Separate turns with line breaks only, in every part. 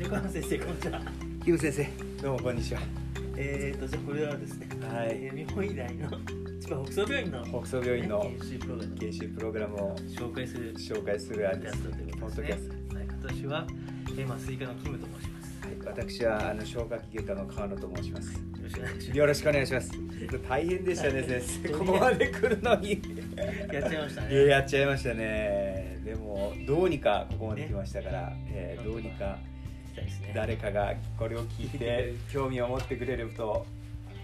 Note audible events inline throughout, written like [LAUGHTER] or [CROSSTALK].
横山先生こんにちは
キム先生
どうもこんにちは。
えーとじゃあこれはですね、
は
え。ー、日本医大の千葉北総病院の
北総病院の
研修プログラムを
研修プ
紹
ログラムを
介する
紹介するあれ
キャス
です
トというこ
ポ
と
ッド
で
キャ
す
ス
ね、はい、私は、えー、麻酔科のキムと申します
ト。はい私はあの消化器外科の川野と申します。
よろしくお願いし
よろしくお願いします。大変でしたね先生。ここまで来るのに。
ますやっちゃいました
いや
ね
やっちゃいましたね。でもどうにかここまで来ましたから、えーどうにか
行きたいですね
誰かがこれを聞い [LAUGHS] て興味を持ってくれると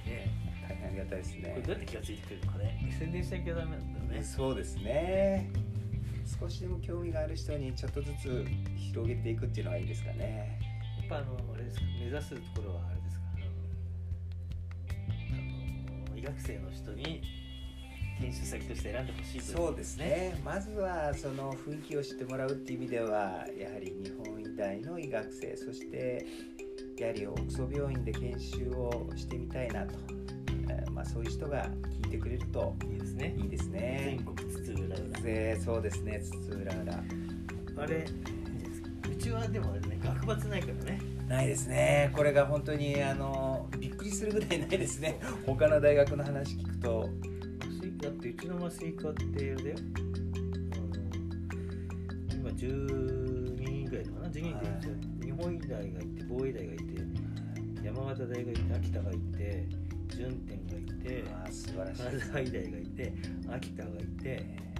ね
大変ありがたいです
これどうや
ね。
って気がついてくるのかね宣伝しなきゃダメなんだよね
そうですね。少しでも興味がある人にちょっとずつ広げていくっていうのはいいですかね。
やっぱあのあれですか目指すところはあれですかあの医学生の人に研修先として選んでほしいとい
そうですねまずはその雰囲気を知ってもらうっていう意味ではやはり日本医大の医学生そしてやはり奥祖病院で研修をしてみたいなと、えーまあ、そういう人が聞いてくれると
いいですね
いいですね
全。国津々浦
ぜそうですね津々浦々
々あれいいですかうちはでもあれね学罰ないからね
ないですねこれが本当にあのびっくりするぐらいないですね他の大学の話聞くと
麻酔だってうちの麻酔科ってあれだよあの今12人ぐらいかな12人で
は
日本医大がいて防衛大がいて山形大がいて秋田がいて順天がいて
まあ素晴らしい
金沢医大がいて秋田がいて
ね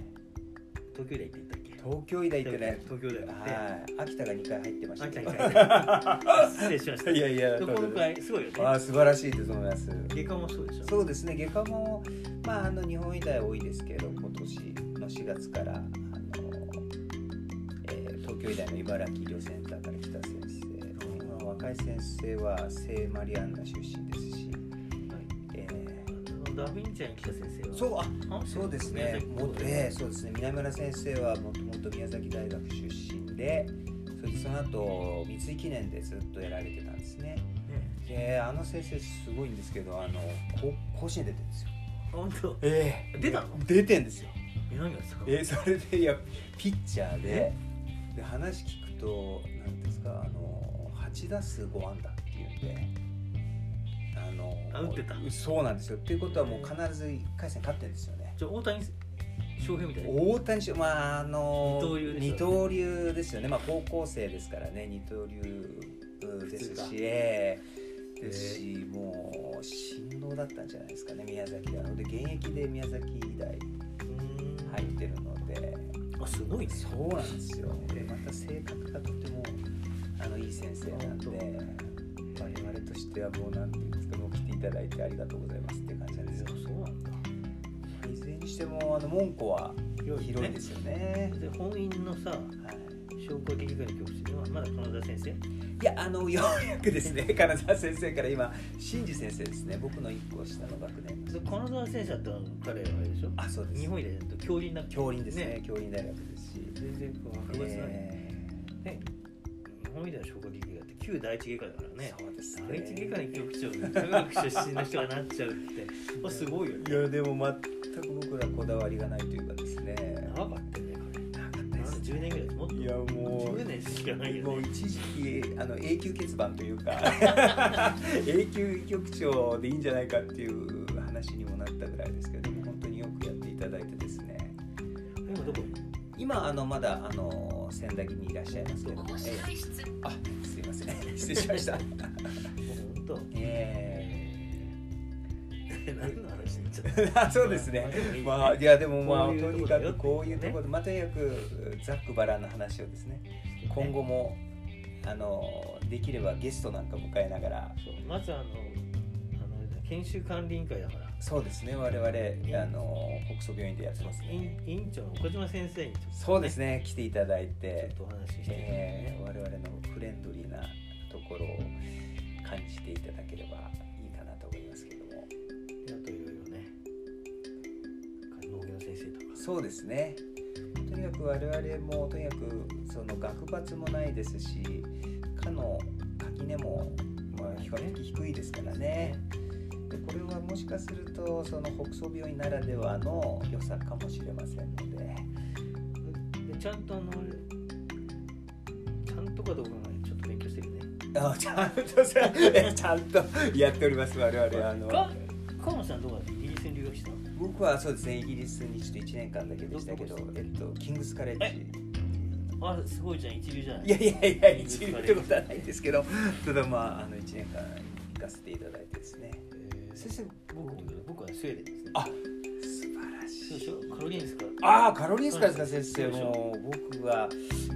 東京医大って言ったっけ
東京医大ってね
東京医大がい
はい秋田が2回入ってました
て
け
秋
ど
田医大失礼しました
[LAUGHS] いやいや
どこの会すごいよね
あー素晴らしいですと思います。
外科もそうでしょ
そうですね、外科も、まあ、あの日本医大多いですけど、今年の4月からあの、えー東京医大の茨城医療センターから来た先生、まあ若い先生は聖マリアンナ出身ですし、
はい
えー
あのダ・ヴィンチャンに来た先生は
そうあ
あ
そうですね
宮
も
崎
えーそうですね南村先生はもともと宮崎大学出身で、そしてその後三井記念でずっとやられてたんですね。
ね
であの先生すごいんですけどあのこ甲子園出てるんですよ
あ本当
え
出たの
出てんですよ
え何がですか
えーそれでいやピッチャーでで話聞くと何ですかあの8打数5安打っていうんであの
あ打ってた
そうなんですよっていうことはもう必ず1回戦勝ってるんですよね
じゃあ大谷翔平みたいな
大谷翔まああの
二刀流ですよね
二刀流ですよねまあ高校生ですからね二刀流うんです
普通か
しえ
え
えですしもう神童だったんじゃないですかね宮崎なので現役で宮崎医大
うーん
入ってるので
あすごいね
そうなんですよでまた性格がとてもあのいい先生なんで我々としてはもうなんていうんですかもう来ていただいてありがとうございますっていう感じなんですよ
そうなんだ
いずれにしてもあの門戸は
広いね
広いですよね
で本院のさ
はい
消化器外科の教室ではまだ金沢先生
いやあのようやくですね金沢先生から今新次先生ですね僕の一個下の学年
で金沢先生だったら彼はあれでしょ
あそうです
日本医大だと教員な
教員ですね教員大学ですし
全然こう博物ない、
え
ね日本医大の消化器外科って旧第一外科だから
ー
ね
そうですね
第一外科の局長で大学出身の人がなっちゃうってこれすごいよ
い
ね
やでも全く僕らこだわりがないというかですね
長かったよねこれ
なかったです
10年ぐらいもっと
いやも
10年しかないうよ
もう
ね
一時期あの永久欠番という [LAUGHS] か永久局長でいいんじゃないかっていう話にもなったぐらいですけれども本当によくやっていただいてですね
今どこ
今あのまだあの仙台にいらっしゃいますけど、ええあすいません [LAUGHS] 失礼しました
ほんと
え
何の話になっちゃっ
え [LAUGHS] あそうですねまあいやでもまあ
ことういうと
に
こ
か
だよ
く
っていうね
こういうところでまあとにかくざっくばらんの話をですね今後もあのできればゲストなんか迎えながら
そうまずあのあの研修管理委員会だから
そうですね我々あの北総病院でやってます
委
ね
員委員長の岡島先生にちょっと
そうですね来ていただい
ちょってとお話しして、
えー我々のフレンドリーなところを感じていただければいいかなと思いますけども
あといろいろね農業の先生とか
そうですねとにかく我々もとにかくその学罰もないですしかの垣根もまあ比較的低いですからねでこれはもしかするとその北総病院ならではの良さかもしれませんので
でちゃんとあのちゃんとかどうかはちょっと勉強してるね
あちゃんとさちゃんとやっております我々あの
か河野さんどこだっけイギリスに留学したの
僕はそうですねイギリスにちょっと1年間だけでしたけど
どこ
えっとキングスカレッジ
あすごいじゃん一流じゃない
いやいやいや一流ってことはないんですけどただまああの1年間行かせていただいてですね
えー先生僕僕はスウェーデンですね
あ素晴らし
そうでしょカロリンスか
ああカロリンスカですか
そうで
先
す
生もう僕は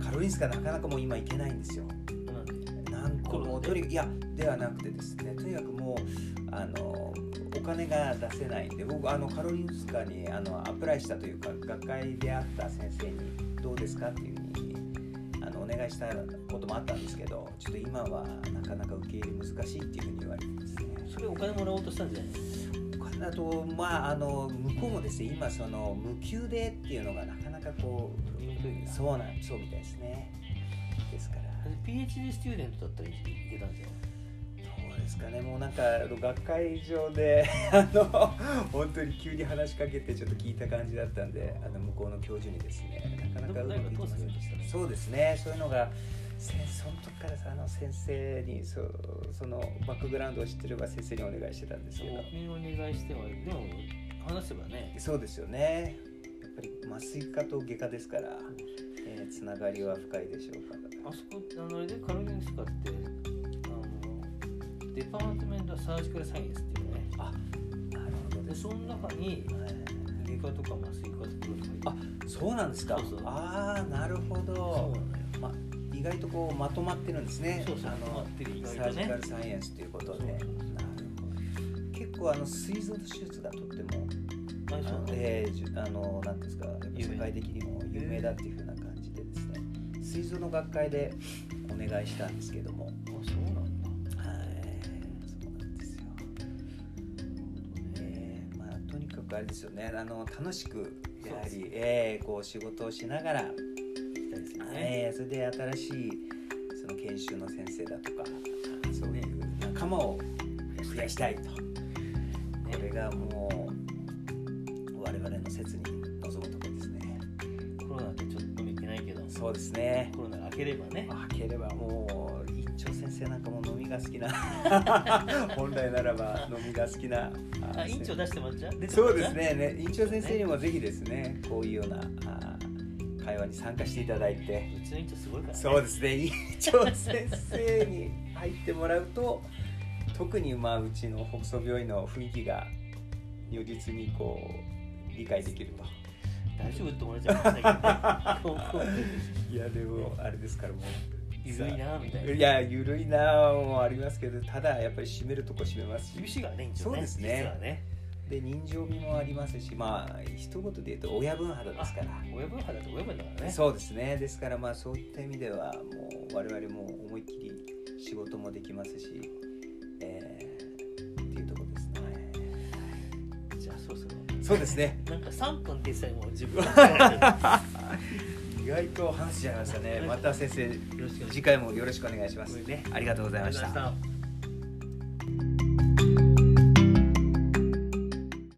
カロリンスカなかなかもう今行けないんですよ
なんで
なんとも
コロナ
う
で
とにかくいやではなくてですねとにかくもうあのお金が出せないんで僕あのカロリンスカにあのアプライしたというか学会であった先生にどうですかっていうふうにあのお願いしたこともあったんですけどちょっと今はなかなか受け入れ難しいっていうふうに言われてですね
それお金もらおうとしたんじゃない
あとまああの向こうもですね今その無給でっていうのがなかなかこう
取りにくいな
そうなんそうみたいですねですから
PhD スチューデントだったらいけたんじゃない
そうですかねもうなんかあの学会上で [LAUGHS] あの本当に急に話しかけてちょっと聞いた感じだったんであの向こうの教授にですねなかなかうまくいきませんでしたそうですねそういうのが先その時からさあの先生にそうそのバックグラウンドを知ってれば先生にお願いしてたんですけど
僕にお願いしてはでも話せばね
そうですよねやっぱり麻酔科と外科ですから、えーつながりは深いでしょうか
あそこあのあれでカロリンスカってあのデパートメントサージカルサイエンスっていうのね
なるほど
で
です
その中に
ね
外科とか麻酔科とかとか
そうなんですか
そうそう
ああなるほど
そうなのよ
ま、意外とこうまとまってるんですね
そうそう
あ
まとま
の
ってる意外
サ
と
ー
ね
ジカルサイエンスということで
そうそうそう
なるほど結構あの膵臓の手術がとっても
あそう
あ
な
の
の
えーじゅあのなんていうんですかやっぱ
有名
世界的にも有名だっていうふうな感じでですね膵臓の学会でお願いしたんですけども
あそうなんだ
はい、そうなんですよ。えーまあとにかくあれですよね。あの楽しくやは
そう
り、えーこう仕事をしながら、
行きたいですよね
えーそれで新しいその研修の先生だとか、そういう仲間を増やしたいと。これがもう我々の説に望むところですね。
コロナってちょっとも行けないけど
そうですね。
コロナが明ければね
あければもう院長先生なんかも飲みが好き [LAUGHS] な本来ならば飲みが好きなあ
あ院長出してもらっちゃう出ても
そ
らっ
う
ち
で
ゃ
すねね院長先生にもぜひですねこういうようなあ会話に参加していただいて
うちの院長すごいからね
そうですね院長先生に入ってもらうと特にまあうちの北総病院の雰囲気が如実にこう理解できると
大丈夫って思われちゃいましたけどねこう
いやでもあれですからもう
ゆるいなみたいない
や緩いなあもありますけどただやっぱり締めるとこ締めます
厳
し
しいからね院長ね
そうですね
実はね
で人情味もありますしまあ一言で言うと親分肌ですから
親分派だと親分だからね
そうですねですからまあそういった意味ではもう我々も思いっきり仕事もできますしえーっていうところですね
じゃあそうそう
そうですね
なんか3分でさえもう自分よ
意外 [LAUGHS] と話しちゃいましたねまた先生
ろしくお願いし
次回もよろしくお願いしま
ますすね
ありがとうございました
ありがとうございました